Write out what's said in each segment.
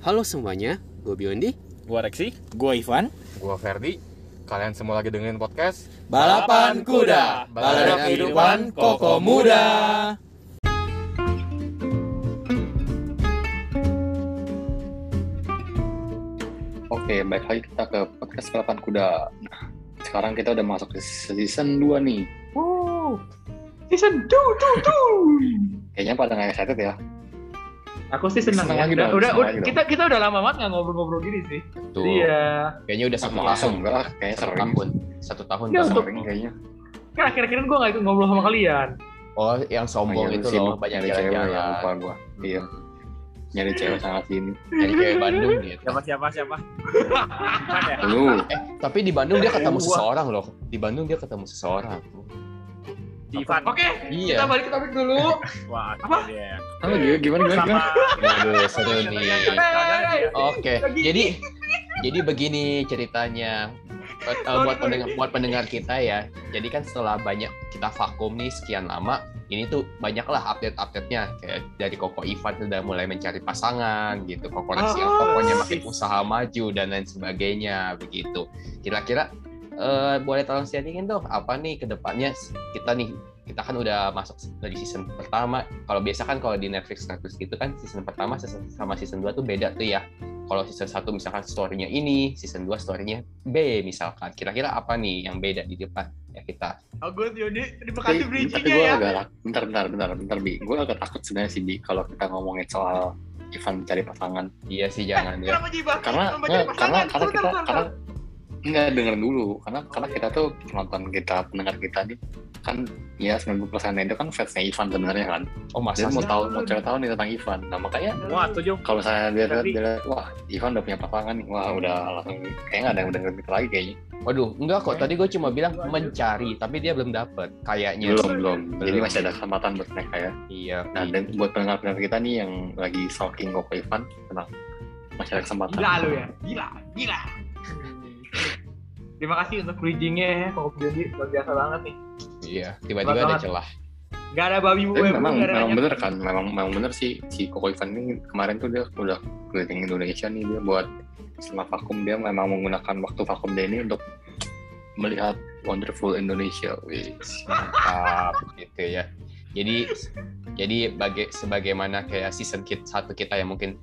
Halo semuanya, gue Biondi. Gua Rexi. Gue Ivan. Gua Ferdi. Kalian semua lagi dengerin podcast Balapan kuda, balada kehidupan koko muda. Oke, balik lagi kita ke podcast Balapan Kuda. Nah, sekarang kita udah masuk ke season 2 nih. Season 2, 2, Kayaknya pada nggak excited ya. 2. Aku sih senang Senang ya. lagi Udah, dong, udah, senang udah- lagi kita kita udah lama banget nggak ngobrol-ngobrol gini sih. Tuh. Iya. Kayaknya udah satu Sama tahun. langsung enggak lah, kayaknya Satu sering. tahun. Satu tahun Ya, Bang. untuk- Sering kayaknya. Kan akhir-akhir gue nggak ikut ngobrol sama kalian. Oh, yang sombong Iya, Banyak itu sibuk loh banyak nyari cewek ya, lupa jalan-jalan. gua. Iya. Hmm. Nyari cewek sangat sini. Nyari cewek Bandung gitu. Siapa siapa siapa? ya? Lu, Eh, tapi di Bandung dia ketemu Gua. seseorang loh. Di Bandung dia ketemu seseorang. Di Ivan. Oke, kita Iya. balik ke topik dulu. Wah, Apa? dia. apa gimana gimana gimana? Sama. Waduh, seru nih. Hey, Oke, Lagi. jadi jadi begini ceritanya Eh, eh, Sorry, buat sorry. pendengar buat pendengar kita ya. Jadi kan setelah banyak kita vakum nih sekian lama, ini tuh banyaklah update-update-nya kayak dari Koko Ivan sudah mulai mencari pasangan gitu, korporasi Ah, pokoknya makin sip. usaha maju dan lain sebagainya begitu. Kira-kira eh, boleh tolong sharingin dong apa nih kedepannya kita nih kita kan udah masuk dari season pertama. Kalau biasa kan kalau di Netflix Netflix gitu kan season pertama season- sama season 2 tuh beda tuh ya. Kalau season 1 misalkan story-nya ini, season 2 story-nya B misalkan. Kira-kira apa nih yang beda di depan ya kita? Oh, gue Yudi, terima Tapi, kasih tapi bridgingnya gue ya. agak bentar bentar bentar bentar bi. Gue agak takut sebenarnya sih bi kalau kita ngomongin soal Ivan mencari pasangan. Iya sih jangan ya. Kenapa jadi bahas karena sama enggak, jadi karena pasangan? karena Bentar, kita bentar, karena bentar. enggak denger dulu karena karena kita tuh penonton kita pendengar kita nih kan ya 90 itu kan fansnya Ivan sebenarnya kan Oh dia masa Iya, mau sih? tahu mau cari tahu nih tentang Ivan nah makanya Wah, setuju. kalau saya lihat Tapi- dia lihat, wah Ivan udah punya pasangan nih wah udah langsung kayaknya nggak ada yang dengerin kita lagi kayaknya Waduh, enggak kok. Tadi gue cuma bilang mencari, tapi dia belum dapet. Kayaknya belum sih. belum jadi Belum. masih ada kesempatan buat mereka ya Iya. nah dan buat pendengar-pendengar kita nih yang lagi stalking Koko Ivan tenang masih ada kesempatan Gila lu ya, gila, gila. Terima kasih untuk bridgingnya ya, kalau Yudi luar biasa banget nih. Iya, tiba-tiba ada celah. Gak ada babi gue, Tapi memang memang bener kan, memang memang bener sih si Koko Ivan ini kemarin tuh dia udah keliling Indonesia nih dia buat setelah vakum dia memang menggunakan waktu vakum dia ini untuk melihat wonderful Indonesia. Wih. Mantap, gitu ya. Jadi jadi baga- sebagaimana kayak season kit satu kita yang mungkin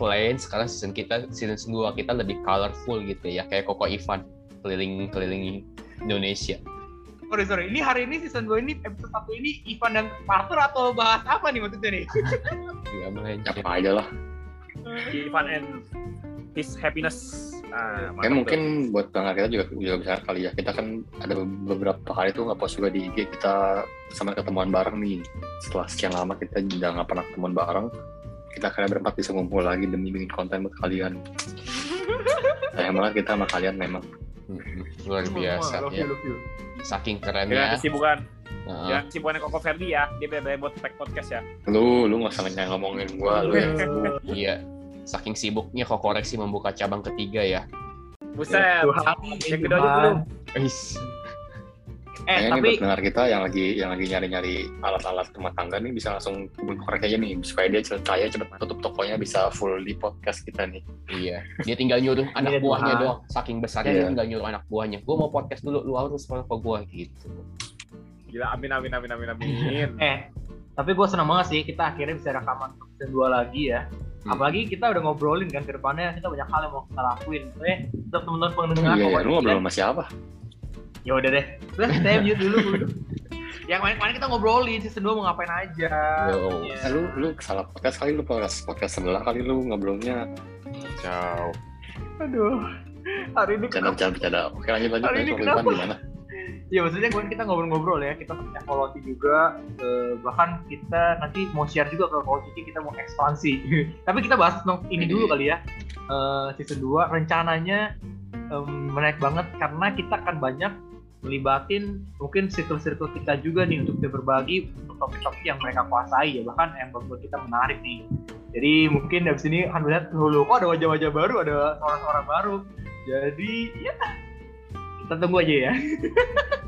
plain, sekarang season kita season 2 kita lebih colorful gitu ya, kayak Koko Ivan keliling keliling Indonesia. Sorry, sorry. Ini hari ini season 2 ini episode 1 ini Ivan dan Parker atau bahas apa nih maksudnya nih? Gak boleh. Apa aja lah. Ivan and his happiness. Ah, mantap Kan tuh. mungkin buat pendengar kita juga juga bisa kali ya. Kita kan ada beberapa kali tuh nggak post juga di IG kita sama ketemuan bareng nih. Setelah sekian lama kita udah nggak pernah ketemuan bareng, kita akhirnya berempat bisa ngumpul lagi demi bikin konten buat kalian. Sayang banget kita sama kalian memang. Mm-mm, Luar biasa Love ya. you, love you. Saking Dengan Iya. kerennya. kesibukan, Heeh. dengan kesibukan Koko Ferdi ya, dia bebas buat tag podcast ya. lu lu nggak usah nanya ngomongin gua Eh, lu ya Iya. Saking sibuknya kok koreksi membuka cabang ketiga ya. Buset, Tuhan, yang kedua aja belum. Is. Eh, kayaknya nih tapi buat pendengar kita yang lagi yang lagi nyari nyari alat alat rumah tangga nih bisa langsung hubungin korek aja nih supaya dia saya cepet tutup tokonya bisa full di podcast kita nih Iya, dia tinggal nyuruh anak Iya, buahnya Tuhan. doang. Saking besarnya Iya. dia tinggal nyuruh anak buahnya. Gue mau podcast dulu, lu harus follow ke gue gitu. Gila, amin amin amin amin amin. eh, tapi gue seneng banget sih kita akhirnya bisa rekaman untuk season 2 lagi ya. Hmm. Apalagi kita udah ngobrolin kan ke depannya kita banyak hal yang mau kita lakuin. Eh, untuk teman-teman pendengar iya ya Nah, pokoknya lu ngobrol sama siapa Ya udah deh. Udah, saya mute dulu. yang kemarin-kemarin kita ngobrolin season 2 mau ngapain aja. Yo. Iya. Eh, lu lu salah podcast kali lu podcast podcast sebelah kali lu ngobrolnya Ciao. Aduh. Hari ini bercanda kenapa? bercanda bercanda oke lanjut lanjut Hari ini lanjut kenapa? Ivan gimana Ya maksudnya kemarin kita ngobrol-ngobrol ya, kita evaluasi juga, eh, bahkan kita nanti mau share juga ke Coach Cici, kita mau ekspansi. Tapi kita bahas tentang ini dulu kali ya, Eh, season 2 rencananya em, menarik banget karena kita akan banyak melibatin mungkin circle-circle kita juga nih untuk dia berbagi untuk topik-topik yang mereka kuasai ya bahkan yang buat kita menarik nih jadi mungkin dari sini akan melihat dulu kok ada wajah-wajah baru ada orang-orang baru jadi ya kita tunggu aja ya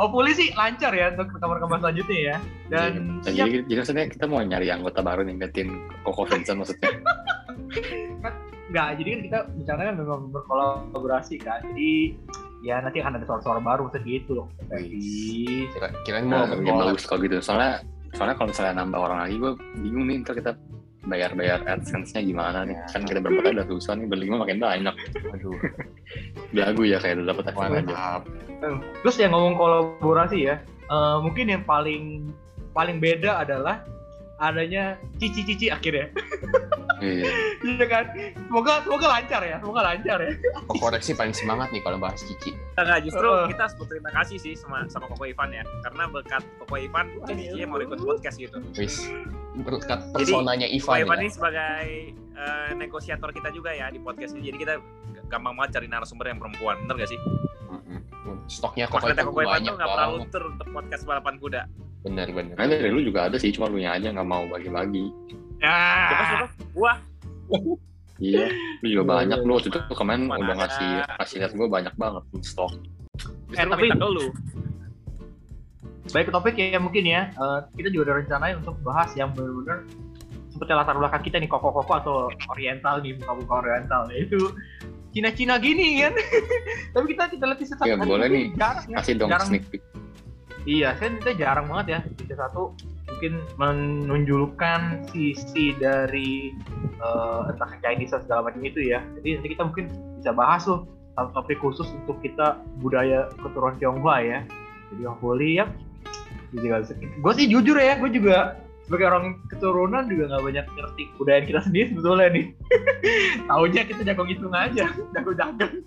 hopefully sih lancar ya untuk rekaman-rekaman selanjutnya ya dan Nah, siap jadi, jadi maksudnya kita mau nyari anggota baru nih gantiin Koko Vincent maksudnya nggak jadi kan kita bicaranya kan memang berkolaborasi kan jadi ya nanti akan ada suara-suara baru segitu loh Tapi- Kira- kirain Nah, mau ya mau- bagus kalau gitu. Soalnya soalnya kalau misalnya nambah orang lagi gue bingung nih ntar kita bayar-bayar AdSense-nya gimana nih. Kan kita berempat udah susah nih berlima makin banyak. Aduh, Belagu ya kayak udah dapat AdSense aja. mantap. terus yang ngomong kolaborasi ya eh, mungkin yang paling paling beda adalah adanya cici-cici akhirnya Iya. Iya kan? Semoga semoga lancar ya, semoga lancar ya. Kok koreksi paling semangat nih kalau bahas Cici. Enggak, justru Oh. kita sebut terima kasih sih sama, sama Koko Ivan ya. Karena berkat Koko Ivan, jadi mau ikut podcast gitu. Wis. Berkat personanya Koko Ivan Ivan ya. ini sebagai eh, negosiator kita juga ya di podcast ini. Jadi kita g- gampang banget cari narasumber yang perempuan, bener gak sih? Mm-mm. Mm, Stoknya kok Maksudnya Koko Ivan banyak tuh gak pernah banget. luntur untuk podcast balapan kuda. Bener bener. Nah, dari lu juga ada sih, cuma lu nya aja nggak mau bagi-bagi. Ya. Siapa siapa? Iya, lu juga Iya, banyak. iya. Lu waktu itu kemarin Mana udah ada. ngasih ngasih lihat gue banyak banget stok. Justru Eh, tapi- minta ke lu. Baik topik ya mungkin ya. eh, kita juga ada rencananya untuk bahas yang benar-benar seperti latar belakang kita nih koko-koko atau oriental nih buka-buka oriental ya itu Cina-Cina gini kan. Tapi kita kita lihat di sesat Iya, boleh nih. Jarang ya. Kasih dong Jarang. sneak peek. Iya, kan kita jarang banget ya di sisa satu mungkin menunjukkan sisi dari eh, entah ke Chinese dan segala macam itu ya. Jadi nanti kita mungkin bisa bahas tuh satu topik khusus untuk kita budaya keturunan Tionghoa ya. Jadi yang boleh ya. Jadi nggak bisa. Gue sih jujur ya, gue juga sebagai orang keturunan juga nggak banyak ngerti budaya kita sendiri sebetulnya nih. Taunya kita jago ngitung aja, jago dagang.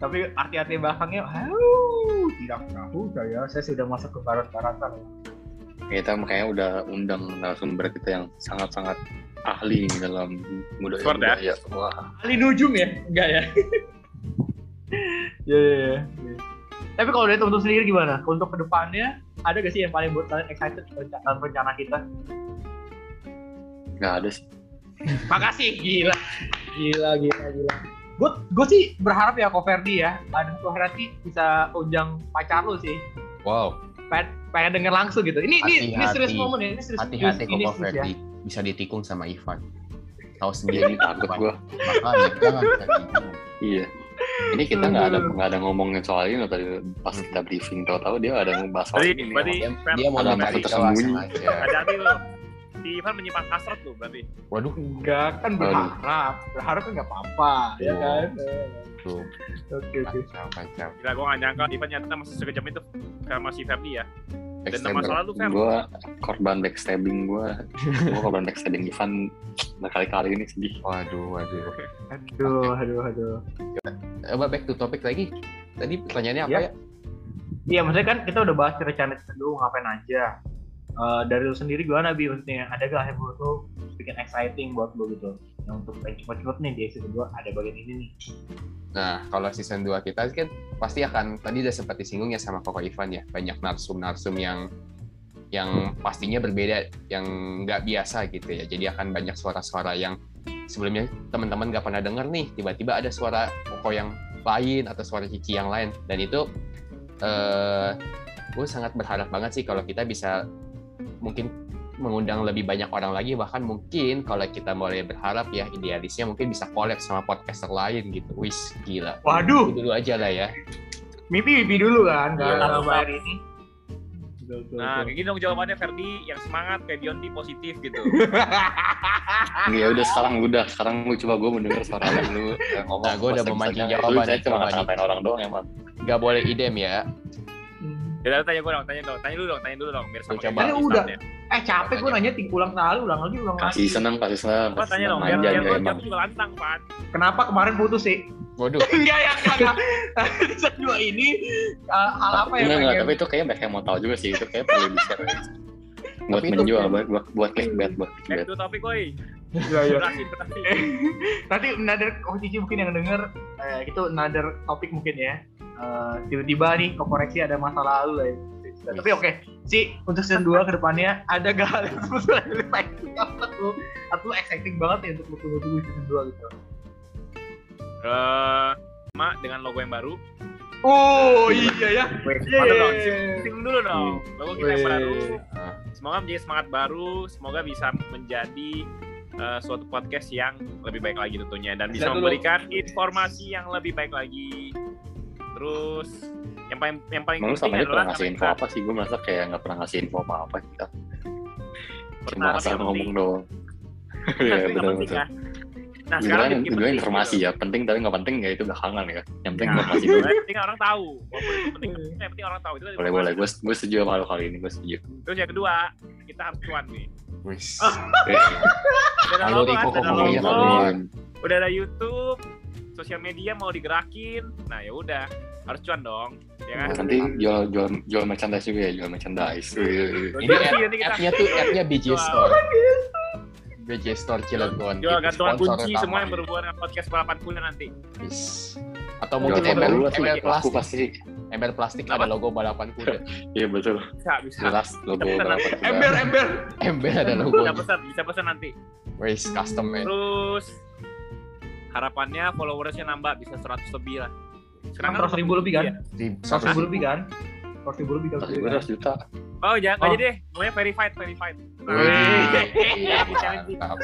Tapi arti-arti belakangnya, "Hau, tidak tahu saya, ya. saya sudah masuk ke barat-baratan. Kita makanya udah undang narasumber kita yang sangat-sangat ahli dalam budaya Sword ya? budaya. Wah, Ali nujum ya? Enggak ya? Ya, ya, ya. Tapi kalau dari teman-teman sendiri gimana? Untuk kedepannya, ada gak sih yang paling buat kalian excited tentang rencana kita? nggak ada sih. Makasih, gila. Gila, gila, gila. Gue gue sih berharap ya kok Ferdi ya, ada suatu hari nanti bisa undang pacar lu sih. Wow. Pengen, pengen denger langsung gitu. Ini ini ini Hati-hati. serius momen ya, ini serius. Hati-hati ini kok serius ya. Ferdi. Bisa ditikung sama Ivan. Tahu Iya, sendiri ini takut gue. Makanya jangan bisa ditikung. Iya. Ini kita nggak ada nggak ada ngomongin soal ini loh tadi pas Hmm. kita briefing tahu-tahu dia ada ngebahas soal Berarti, ini. berarti Dia, Fer, dia mau Ada nyari apa celah tersembunyi? sengaja. hati-hati lu. Si Ivan menyimpan hasrat lu berarti. Waduh. Enggak, kan berharap. Berharap kan nggak apa-apa, ya Iya. kan? Tuh. Oke, oke. Kacau kacau. Gila, gue gak nyangka Ivan nyata masih sekejam itu sama si Ferdi ya. Dan Backstabber. nama salah lu, Fer. Gue korban backstabbing gue. Gue korban backstabbing Ivan berkali-kali ini sedih. Waduh waduh. Aduh, aduh, aduh. Eh, back to topic lagi. Tadi pertanyaannya apa Ya. ya? Iya, maksudnya kan kita udah bahas rencana kita dulu ngapain aja. Eh, dari lu sendiri gimana Bi? Maksudnya ada gak yang menurut lu bikin exciting buat lu gitu? Yang untuk pencepat-cepat nih di season 2 ada bagian ini nih. Nah, kalau season 2 kita kan pasti akan tadi udah sempat disinggung ya sama Koko Ivan ya, banyak narsum-narsum yang yang pastinya berbeda, yang nggak biasa gitu ya. Jadi akan banyak suara-suara yang sebelumnya teman-teman nggak pernah dengar nih, tiba-tiba ada suara Koko yang lain atau suara Cici yang lain. Dan itu eh gue sangat berharap banget sih kalau kita bisa mungkin mengundang lebih banyak orang lagi bahkan mungkin kalau kita mulai berharap ya idealisnya mungkin bisa collab sama podcaster lain gitu wis gila Waduh. dulu aja lah ya Mimpi-mimpi dulu kan, Iya. gak sama hari ini. Betul, betul, Nah, betul. kayak gini dong jawabannya Ferdi yang semangat kayak Biondi positif gitu. Ya udah sekarang udah sekarang lu coba gue mendengar suara lu yang ngomong. Nah, gua udah Pas memancing misalnya, jawaban lu Saya nih, cuma coba nih. ngatain orang doang emang. nggak boleh idem ya Ya, tanya gue dong, tanya dong, tanya dulu dong, tanya dulu dong, biar sama Coba. kayak ya. Tadi Biondi udah. saatnya. Eh capek gue nanya ting ulang kali, ulang lagi, ulang Kasih lagi. seneng, kasih seneng. Gua kasih tanya dong, seneng, biar manja biar dia gue emang. juga lantang, Pan. Kenapa kemarin putus sih? waduh Enggak ya, enggak, enggak. Di season 2 ini eh, hal apa Enggak, yang enggak, pengen- tapi itu kayaknya banyak yang mau tahu juga sih. Itu kayak perlu di share. Buat Tapi itu- menjual, buat buat buat clickbait, buat Back clickbait. to topic, woi. Iya, iya. Berhasil, berhasil. nanti another Koko Cici mungkin yang denger eh, itu another topik mungkin ya Eh, tiba-tiba nih koreksi ada masa lalu lah ya. tapi oke Ci, untuk season 2 kedepannya ada gak hal yang sebetulnya lu exciting banget lu atau lu exciting banget ya untuk lu tunggu-tunggu season 2 gitu Eh, sama dengan logo yang baru. oh iya ya Mantap dong, sing dulu dong. Hmm. Logo kita yang Wih. baru. Ah. Semoga menjadi semangat baru, semoga bisa menjadi eh, suatu podcast yang lebih baik lagi tentunya dan bisa Bisa dulu. memberikan informasi yang lebih baik lagi. Terus yang paling yang paling Emang lu penting sama ini adalah pernah ngasih karena info kita apa sih? Gue merasa kayak nggak pernah ngasih info apa-apa kita. pernah, Cuma tapi asal nggak ngomong penting. doang. Nah, Iya tapi nggak benar penting, benar. ya. Nah, sekarang Sebenarnya jadi penting dua informasi gitu. ya, penting tapi nggak penting ya itu belakangan ya. Yang penting Nah, informasi dulu. sebenarnya yang penting orang tahu. Walaupun itu penting, Iya. yang penting orang tahu itu kan Boleh boleh, informasi. gue gue setuju sama lo kali ini, gue setuju. Terus yang kedua, kita harus cuan nih. Wis. Ah, Udah ada Lalu logo kan, Riko udah ada ngomongnya logo, lalu. udah ada YouTube, sosial media mau digerakin. Nah, ya udah, harus cuan dong. Ya kan? Nanti jual jual jual merchandise juga ya, jual merchandise. Wih. Ini Jadi, app- nanti iya, kita app-nya tuh app-nya BJ Jual. Store. BJ Store Cilegon. jual gitu, gantungan sponsor kunci utama. gitu. semua yang berhubungan dengan podcast balapan kuliah nanti. Wis. Atau Jual mungkin foto ember, dulu sih, kan- ember laku plastik. pasti. Ember plastik Apa? ada logo balapan kuda. Iya betul. Bisa, bisa. Jelas logo Tapi tenang, berapa Ember, ember. Ember ada Bisa logo. pesan, bisa pesan nanti. Wis custom man. Terus harapannya followersnya nambah bisa 100 lebih lah. Sekarang kan- 100 ribu lebih kan? Iya. Di- 100 ribu lebih kan? 100 ribu lebih kan? Tapi gue 100 juta. Oh, jangan nggak Oh. jadi deh. Pokoknya verified, verified. Wih. Iya, challenge. Mantap.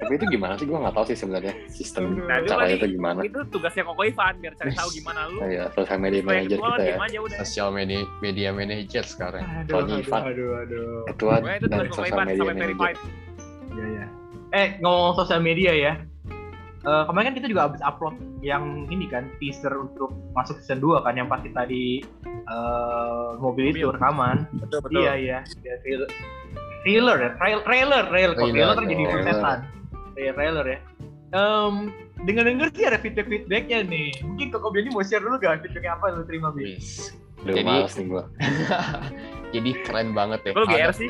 Tapi itu gimana sih? Gue nggak tahu sih sebenarnya sistem Nah, itu caranya tadi. itu gimana. Itu tugasnya Koko Ivan biar cari tahu gimana lu. Nah, ya, social media Supaya manager ketua, kita ya. diem aja udah. Sosial media, media manager sekarang. Aduh, Sony aduh, Ivan. aduh, aduh. Ketua Pokoknya itu dan tugas Koko social Ivan media sampai eh, manager. verified. Iya, iya. Eh, ngomong sosial media ya. Eh, kemarin kan kita juga habis upload yang ini kan teaser untuk masuk season 2 kan yang pas kita di eh, mobil itu Mobil. rekaman. Betul, Iya iya. Ya, trailer, trailer ya, trail- trailer, trailer, kok Trailer, trailer kan jadi trailer. setan. Iya trailer ya. Em, dengar dengar sih ada feedback feedbacknya nih. Mungkin Koko Benny mau share dulu gak feedbacknya apa yang lo terima Bi? Wis. Duh, Jadi- males nih gue. Jadi keren banget ya. Lu GR Ada- sih?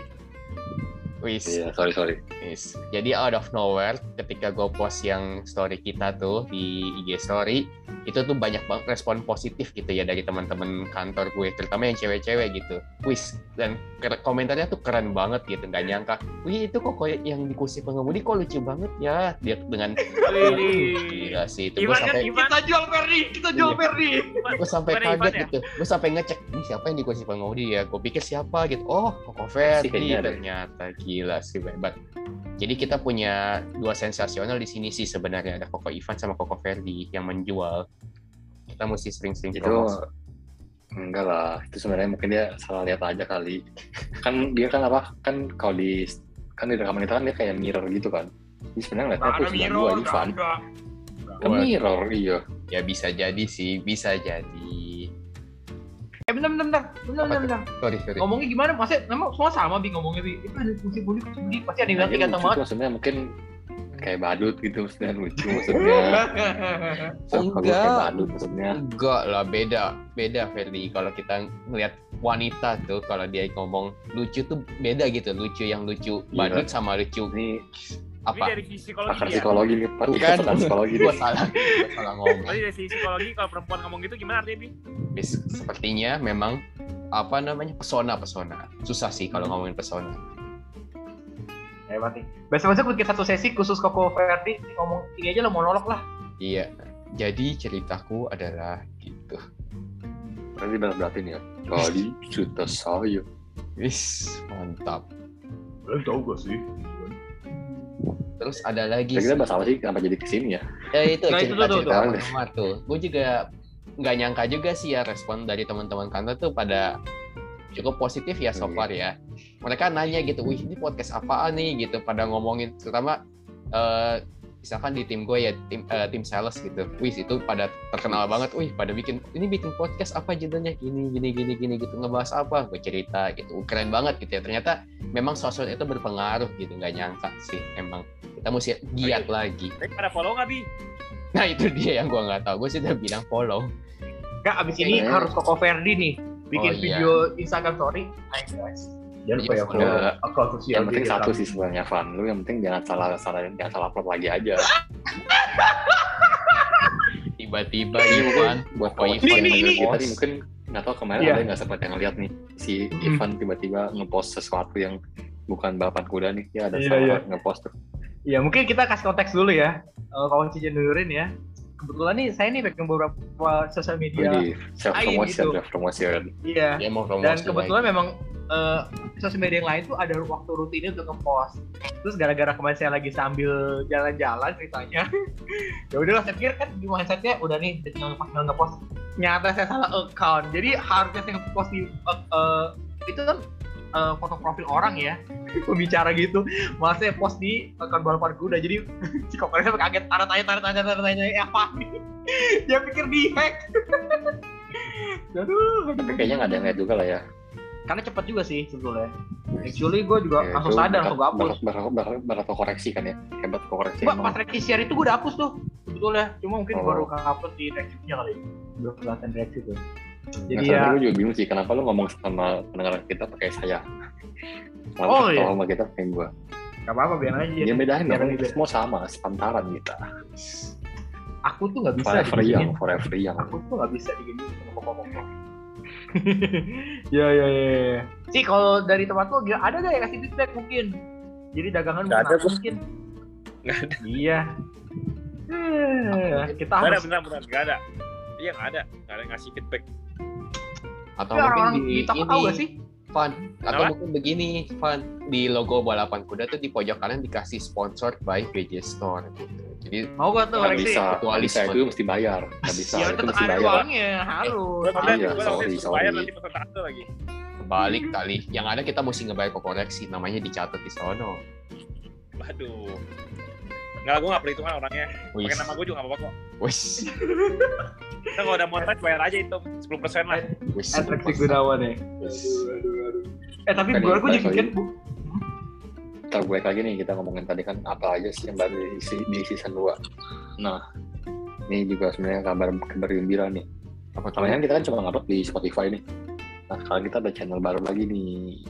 Wis. Iya, sorry, sorry. Yes. Jadi out of nowhere ketika gue post yang story kita tuh di IG story itu tuh banyak banget respon positif gitu ya dari teman-teman kantor gue terutama yang cewek-cewek gitu. Wis dan ker- komentarnya tuh keren banget gitu nggak Iya. nyangka. Wih itu kok kayak yang di kursi pengemudi kok lucu banget ya dia dengan Wih. gila sih itu gue Ivan kan sampai Ivan. jual Ferdi, kita Iya. Ferdi. Ivan. gue sampai Ivan ya, kaget Ivan ya? gitu gue sampai ngecek ini siapa yang di kursi pengemudi ya gue pikir siapa gitu oh koko Verdi Kayaknya ada. ternyata gila sih hebat jadi kita punya dua sensasional di sini sih sebenarnya ada koko Ivan sama koko Verdi yang menjual kita mesti sering-sering Itu promosi enggak lah. Itu sebenarnya mungkin dia salah lihat aja kali. Kan dia kan apa? Kan kalau di kan di rekaman kita kan dia kayak mirror gitu kan. Ini sebenarnya ngeliatnya aku cuma dua Ivan. Kan Wah, mirror, iya. ya bisa jadi sih bisa jadi Eh bentar bentar bentar, Apa bentar tuh? bentar, bentar. sorry Oh, sorry Ngomongnya gimana? Maksudnya memang semua sama bi ngomongnya bi. Itu ada kursi budi, kursi budi pasti ada yang bilang Nah, "Ih, dia ganteng lucu banget. tuh, Sebenarnya mungkin kayak badut gitu maksudnya lucu maksudnya. Kalau gue kayak Enggak. badut maksudnya. Enggak lah, beda. Beda, Ferdi. Kalau kita ngelihat wanita tuh, kalau dia ngomong lucu tuh beda gitu. Lucu yang lucu Iya. badut sama lucu Ini Ini apa? dari sisi psikologi pakar ya. psikologi nih, Pak. Bukan. Pakar psikologi Gue nih. salah, gua salah ngomong. Iya. Tadi Oh, dari sisi psikologi kalau perempuan ngomong gitu gimana artinya, Bi? Bis- Sepertinya memang apa namanya pesona pesona susah sih kalau Hmm. ngomongin pesona Hebat nih. Besok-besok bikin satu sesi khusus Koko Ferdi ngomong ini aja lo monolog lah. iya jadi ceritaku adalah gitu Nanti berat-beratin ya. Kali juta saya. wis mantap Kalian tahu gak sih? terus ada lagi Kita bahas apa sih? Kenapa jadi kesini ya? ya itu Nah, itu cerita tuh, cerita tuh, tuh. lama tuh gue juga nggak nyangka juga sih ya respon dari teman-teman kantor tuh pada cukup positif ya so Iya. far ya mereka nanya gitu wih ini podcast apaan nih gitu pada ngomongin terutama eh, misalkan di tim gue ya tim eh, tim sales gitu wih itu pada terkenal banget wih pada bikin ini bikin podcast apa judulnya gini gini gini gini gitu ngebahas apa gue cerita gitu keren banget gitu ya ternyata memang sosmed itu berpengaruh gitu nggak nyangka sih emang kita mesti giat lagi Tapi pada follow nggak, Bi? Nah itu dia yang gua nggak tahu. Gue sih udah bilang follow. Kak, abis ini Kayaknya- harus Koko Ferdi nih bikin Oh, iya. video Instagram story. Hai guys. Jangan lupa ya, follow Enggak. akun sosial yang penting satu sih sebenarnya Van lu yang penting jangan salah salah jangan salah upload lagi aja Tiba-tiba Iya, Ini Ivan. buat Oh, kawan ini, yang ini, lagi ini. kita nih mungkin nggak tahu kemarin Iya. ada nggak sempat yang lihat nih si Hmm. Ivan tiba-tiba ngepost sesuatu yang bukan balapan kuda nih ya ada Iya, salah iya. ngepost tuh Ya mungkin kita kasih konteks dulu ya. Eh, kawan Cijen dengerin ya. Kebetulan nih saya nih pegang beberapa sosial media. jadi self promotion Iya. gitu. self promotion Iya. Dia mau Dan promosi kebetulan lagi. memang eh, sosial media yang lain tuh ada waktu rutin untuk ngepost. Terus gara-gara kemarin saya lagi sambil jalan-jalan ceritanya, ya udahlah saya pikir kan di mindsetnya udah nih tinggal ngepost, tinggal ngepost. Nyata saya salah account, jadi harusnya saya ngepost di eh, eh, itu kan eh, foto profil orang ya pembicara gitu malah saya post di akun balapan kuda jadi si komennya kaget tanda tanya tanda tanya tanda tanya eh, apa nih dia pikir di hack aduh Tapi kayaknya nggak ada yang lihat juga lah ya. karena cepet juga sih sebetulnya actually gue juga Iya, langsung sadar langsung gue hapus Berapa berapa koreksi kan ya? Hebat koreksi. Mbak, pas emang. Reki share itu gue udah hapus tuh sebetulnya cuma mungkin Oh. baru hapus di reaksinya kali belum kelihatan reaksi tuh Nah, jadi ya sebenarnya gue juga bingung sih kenapa lu ngomong sama pendengar kita pakai saya. Kenapa oh, Oh, iya. sama kita pakai gue? gak apa-apa biar aja Ya bedain Biar dong, aja. semua sama, sepantaran kita. aku tuh gak bisa Forever diginiin. young, forever young. aku tuh gak bisa digini ya ya ya ya. sih kalau dari tempat lo gak ada gak yang kasih feedback mungkin jadi dagangan Nggak ada, menang Bos. mungkin Nggak ada iya Eh, kita Gak ada, harus benar, benar, gak ada. Iya, gak ada. Gak ada yang ngasih feedback. Atau Tapi orang-orang mungkin di di toko ini, tahu gak sih Fan. Atau Kenapa? mungkin begini, Fan. Di logo balapan kuda tuh di pojok kanan dikasih sponsored by BJ Store gitu. Jadi mau gua tuh Nggak Rexy. bisa, nggak bisa itu mesti bayar. Nggak bisa, Ya Nah, itu tetap mesti ada bayar. uangnya, harus. Gue Iya, nanti, gue nanti sorry, suruh bayar sorry. nanti persentase lagi. kebalik Hmm. kali. Yang ada kita mesti ngebayar ke koreksi, namanya dicatat di sono. Waduh. Enggak, gue gak perhitungan orangnya. Pakai Wis. nama gue juga gak apa-apa kok. Wis. Kita kalau udah montage bayar aja itu 10% lah. Wis. Atraksi Gunawan ya. Eh tapi Kan ini gue gue jadi baik pikir lagi. Ntar balik lagi nih kita ngomongin tadi kan apa aja sih yang baru di, se- di season 2 Nah, ini juga sebenarnya kabar kabar gembira nih. Apa tuh? Kemarin kan kita kan cuma ngupload di Spotify nih. Nah, sekarang kita ada channel baru lagi nih.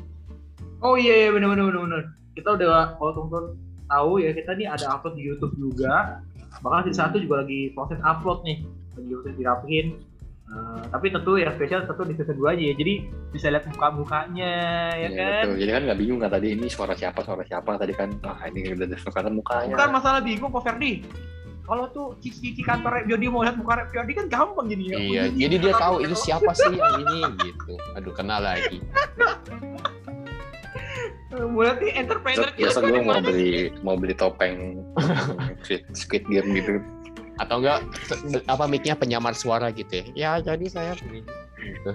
Oh iya iya benar benar benar benar. Kita udah kalau teman-teman tahu ya kita nih ada upload di YouTube juga. Bahkan di satu juga lagi proses upload nih. Lagi proses dirapihin. Eh, tapi tentu yang spesial tentu di season 2 aja ya. Jadi bisa lihat muka-mukanya ya Iya, kan. betul. Jadi kan nggak bingung kan tadi ini suara siapa suara siapa tadi kan. Ah ini udah desokan mukanya. Bukan masalah bingung kok Ferdi. Kalau tuh cici-cici kantor Biodi mau lihat muka Biodi kan gampang jadinya. Iya, Oh, jadi dia tahu itu siapa sih yang ini gitu. Aduh, kenal lagi. Mau lihat nih Eh, entrepreneur Besok, besok tuh gue di mau mana. beli mau beli topeng squid, squid game gitu. Atau enggak se- apa mic-nya penyamar suara gitu ya. Ya, jadi saya begini. Gitu.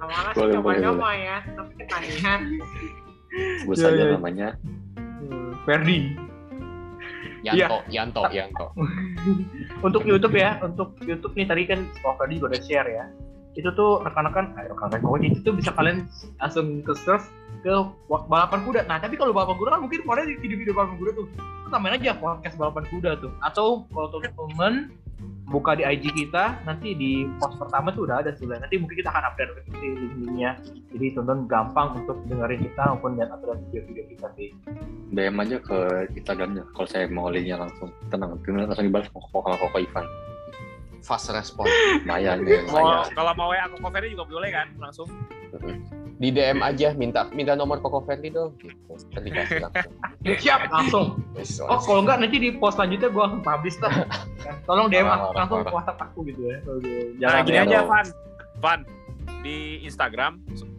Awalnya sih Boleh, boleh, coba-coba ya, tapi ketagihan. Sebut Iya, saja iya. namanya. Hmm, Ferdi. Yanto, Iya. Yanto, Ah. Yanto. untuk YouTube ya, untuk YouTube nih tadi kan Pak Ferdi juga udah share ya. Itu tuh rekan-rekan, eh, rekan-rekan pokoknya itu tuh bisa kalian langsung ke search ke wa- balapan kuda. Nah, tapi kalau balapan kuda kan mungkin pada di video-video balapan kuda tuh Itu tambahin aja podcast balapan kuda tuh. Atau kalau temen-temen buka di IG kita nanti di post pertama tuh udah ada sudah. Nanti mungkin kita akan update di linknya. Jadi tonton gampang untuk dengerin kita maupun lihat update video-video kita sih. DM aja ke Instagramnya kalau saya mau linknya langsung tenang gimana langsung dibalas mau mau sama Koko Ivan Fast response. Iya, Maya nih Kalau Maya kalau mau ya aku covernya juga boleh kan langsung. Di DM Iya. aja minta minta nomor Koko Ferdi dong gitu. Nanti kasih langsung. Siap, langsung. Wes, Oh, wes. kalau enggak nanti di post selanjutnya gue akan publish lah. Tolong DM Parah, aku, langsung parah. WhatsApp aku gitu ya. Aduh, Nah, Jangan gini ya, aja, dong. Van. Van, di Instagram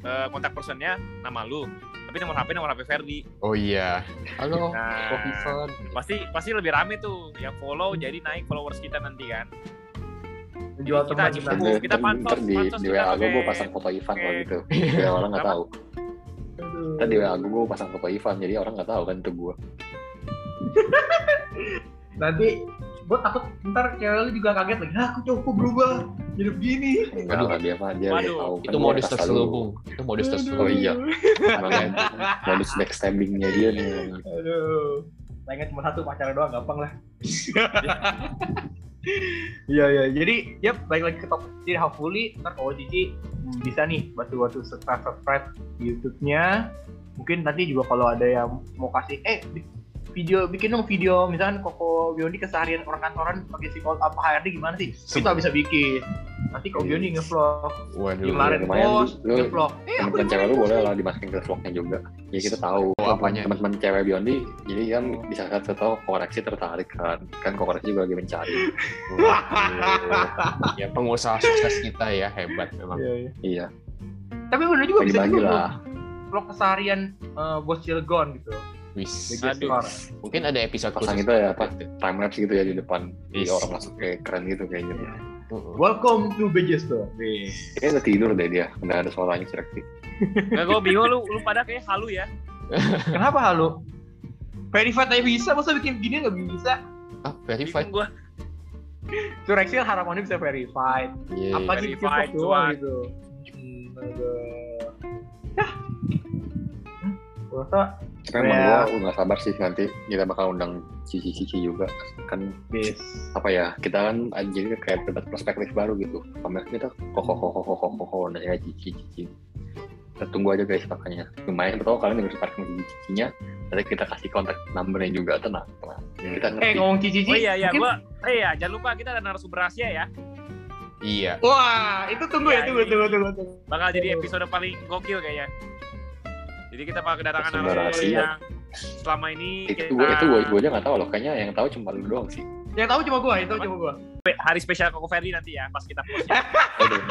eh, kontak personnya nama lu, tapi nomor HP nomor HP Ferdi. Oh iya. Halo, Nah. Oh, Koko Ivan. Pasti pasti lebih rame tuh yang follow jadi naik followers kita nanti kan. Jual kita teman aja kita. buku. kita pansos, ntar di, pansos di kita WA gue gue pakai- pasang foto Ivan kalau pakai- gitu biar orang nggak Apa? tahu Aduh. ntar di WA gue gue pasang foto Ivan jadi orang nggak tahu kan itu gue Nanti gue takut ntar cewek lu juga kaget lagi. Hah, aku cukup berubah jadi begini. enggak Waduh. lah dia mah dia Waduh, udah tahu kan Itu dia modus atas terselubung. Itu modus lalu. terselubung. oh iya Makanya itu. modus backstabbingnya dia nih Aduh. Lainnya cuma satu pacaran doang gampang lah. Iya iya. Jadi, yep, balik lagi ke topik. Jadi hopefully ntar kalau Cici hmm, bisa nih bantu-bantu subscribe subscribe di YouTube-nya. Mungkin nanti juga kalau ada yang mau kasih eh bi- video bikin dong video misalkan Koko Biondi keseharian orang kantoran pakai psikolog apa HRD gimana sih? Kita bisa bikin. Nanti Koko Iya. Biondi ngevlog, Waduh. Gimana? kemarin lumayan, post, lu- ngevlog. Eh aku teman-teman udah Iya. cewek lu bikin boleh post lah dimasukin ke vlognya juga ya kita tahu Oh, apanya? teman-teman cewek Biondi jadi kan bisa satu tahu koreksi tertarik kan kan koreksi juga lagi mencari Waduh. ya pengusaha sukses kita ya hebat nih. memang. Iya, iya. iya Tapi bener juga bisa bagi-bagi juga. lah vlog keseharian eh, bos Cilegon gitu. Wis. Jadi Aduh. explore. Mungkin ada episode pasang khusus. itu ya apa time lapse gitu ya di depan jadi Yes. orang masuk kayak keren gitu kayaknya Mm-mm. Welcome to BJ Store. Nih. kayaknya udah tidur deh dia udah ada suaranya cerak Nggak, gue bingung lu, lu pada kayak halu ya. Kenapa halu? Verified aja bisa, masa bikin gini nggak bisa? Ah, Iya, verified. Bingung gue. Itu Rexil harapannya bisa verified. Yeay. Apa sih bikin verified, vlog doang cuan. gitu? Hmm, ada. Yah. Hmm, gua rasa tapi emang Ya. gua gua nggak sabar sih nanti kita bakal undang cici cici juga kan Yes. apa ya kita kan jadi kayak dapat perspektif baru gitu pamer kita koko koko koko koko nah ya cici cici kita tunggu aja guys makanya lumayan betul kalian harus parking cici cicinya nanti kita kasih kontak numbernya juga tenang tenang kita Eh ngerti ngomong cici Oh iya, iya, gue. Eh iya, jangan lupa kita ada narasumber rahasia ya. Iya. Wah, itu tunggu ya, Iya, tunggu, ini- tunggu, tunggu, tunggu. Bakal jadi episode paling gokil kayaknya. Jadi kita bakal kedatangan Narasumber narasumber rahasia. yang selama ini itu gue itu gue gue aja nggak tahu loh kayaknya yang tahu cuma lu doang sih Yang tahu cuma gua, yang tahu cuma gua. Pe- hari spesial Koko Ferdi nanti ya pas kita post. Aduh.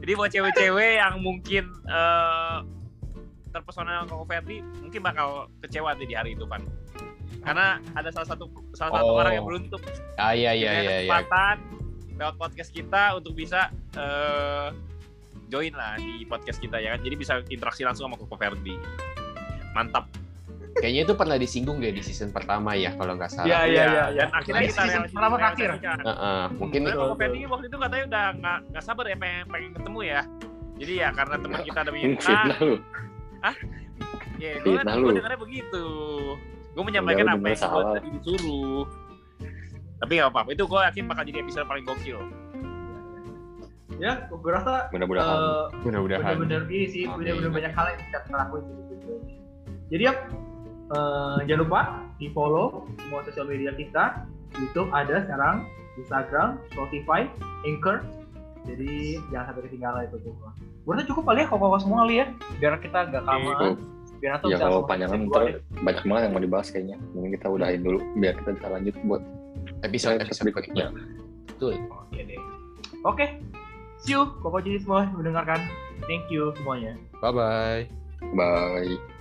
Jadi buat cewek-cewek yang mungkin eh, terpesona sama Koko Ferdi mungkin bakal kecewa nanti di hari itu kan. Karena ada salah satu salah satu Oh. orang yang beruntung Ah, iya iya punya iya iya. kesempatan lewat podcast kita untuk bisa eh, join lah di podcast kita ya kan. Jadi bisa interaksi langsung sama Koko Ferdi. Mantap. Kayaknya itu pernah disinggung deh di season pertama ya kalau nggak salah. Iya, iya, iya, iya. Dan akhirnya Ini kita season realisasi- pertama terakhir. realisasikan. Heeh, mungkin Karena Betul, Koko betul. Fendi waktu itu katanya udah nggak nggak sabar ya pengen pengen ketemu ya. Jadi ya karena teman kita ada minta, fitnah lu ya gue fitnah gue Iya, nah lu. dengarnya begitu. Gue menyampaikan Ya, lu apa yang bener gue salah. tadi disuruh. Tapi nggak apa-apa, itu gue yakin bakal jadi episode paling gokil. Ya, gua rasa mudah-mudahan eh, mudah-mudahan. bener-bener ini sih Amin. bener-bener banyak hal yang bisa kita lakuin gitu. jadi ya eh, jangan lupa di follow semua sosial media kita YouTube ada sekarang Instagram Spotify Anchor jadi jangan sampai ketinggalan itu tuh Berarti cukup kali ya kok semua kali ya biar kita nggak Iya, Cukup. kelamaan biar nanti ya bisa kalau langsung panjangan season dua ntar banyak banget yang mau dibahas kayaknya mungkin kita udahin dulu biar kita bisa lanjut buat Episode episode berikutnya. Betul. deh. oke deh oke see you koko jadi semua yang mendengarkan thank you semuanya Bye bye. bye